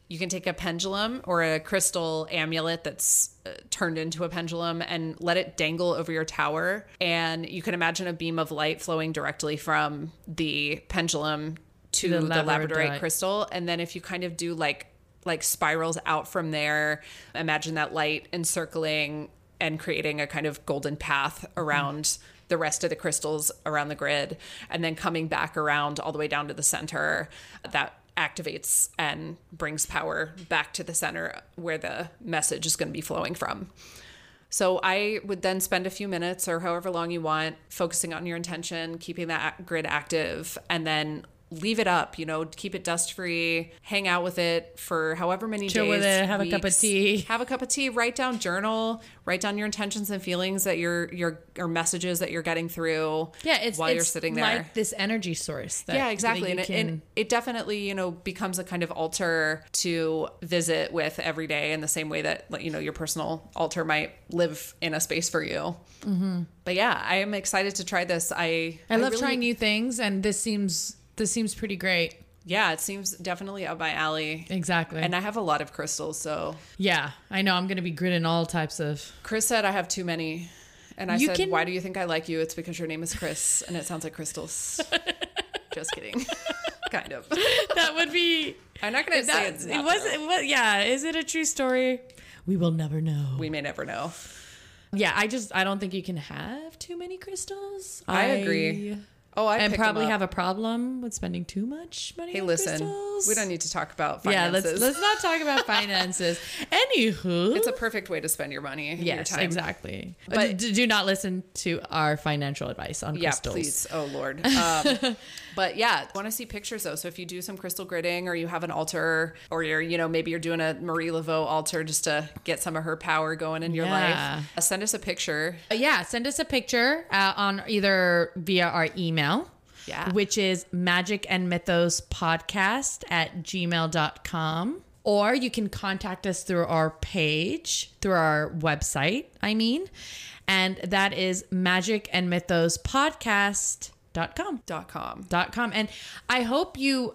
you can take a pendulum or a crystal amulet that's uh, turned into a pendulum and let it dangle over your tower. And you can imagine a beam of light flowing directly from the pendulum to
the
the, labradorite
labradorite.
crystal. And then if you kind of do like like spirals out from there, imagine that light encircling and creating a kind of golden path around the rest of the crystals around the grid, and then coming back around all the way down to the center. That activates and brings power back to the center where the message is going to be flowing from. So I would then spend a few minutes or however long you want focusing on your intention, keeping that ac- grid active, and then leave it up, you know, keep it dust free, hang out with it for however many
Chill
days.
with it, have a cup of tea.
Have a cup of tea, write down journal, write down your intentions and feelings that you're your or messages that you're getting through
Yeah, it's
while you're
it's
sitting there.
like this energy source. That,
yeah, exactly.
that
And
you
it, and
can-
it definitely, you know, becomes a kind of altar to visit with every day in the same way that, like, you know, your personal altar might live in a space for you. Mm-hmm. But yeah, I am excited to try this. I
I love
really-
trying new things, and this seems this seems pretty great.
Yeah, it seems definitely up my alley.
Exactly.
And I have a lot of crystals, so
yeah, I know I'm gonna be gritting all types of.
Chris said I have too many. And I
You
said,
can-
Why do you think I like you? It's because your name is Chris and it sounds like crystals. Just kidding. kind of.
that would be.
I'm not gonna say it's not
it was.
true.
It was. Yeah. Is it a true story? We will never know.
We may never know.
yeah, I just I don't think you can have too many crystals.
I agree. Oh, I
and
picked 'em
probably
up.
have a problem with spending too much money.
Hey,
on
listen,
crystals.
we don't need to talk about
Yeah,
finances.
let's let's not talk about finances. Anywho,
it's a perfect way to spend your money. and
yes,
your time.
exactly.
But-
But d- do not listen to our financial advice on
Yeah,
crystals.
please. Oh, Lord. Um, but yeah, want to see pictures though. So if you do some crystal gritting or you have an altar or you're, you know, maybe you're doing a Marie Laveau altar just to get some of her power going in your
Yeah.
life, uh, send us a picture.
Uh, Yeah, send us a picture uh, on either via our email.
Yeah.
Which is magic and mythos podcast at gmail.com. Or you can contact us through our page, through our website, I mean. And that is magic and mythos podcast.com.
Dot com.
Dot com. And I hope you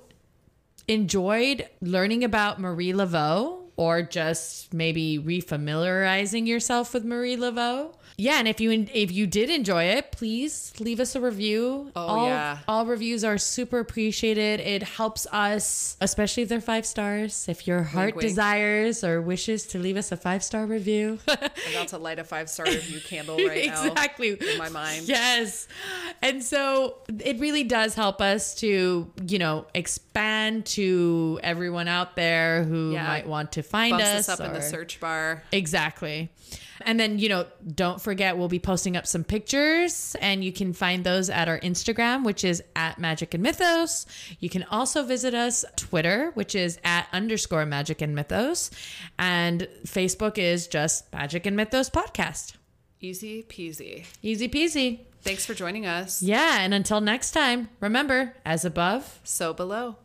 enjoyed learning about Marie Laveau or just maybe refamiliarizing yourself with Marie Laveau. Yeah, and if you if you did enjoy it, please leave us a review. Oh all,
yeah.
all reviews are super appreciated. It helps us, especially if they're five stars. If your heart
wink.
desires or wishes to leave us a five star review,
I'm about to light a five star review candle right now.
exactly
in my mind.
Yes, and so it really does help us to you know expand to everyone out there who
Yeah.
might want to find
Bumps
us
us up in the
or-
search bar.
Exactly. And then, you know, don't forget, we'll be posting up some pictures and you can find those at our Instagram, which is at Magic and Mythos. You can also visit us Twitter, which is at underscore Magic and Mythos. And Facebook is just Magic and Mythos Podcast.
Easy peasy.
Easy peasy.
Thanks for joining us.
Yeah. And until next time, remember, as above,
So below.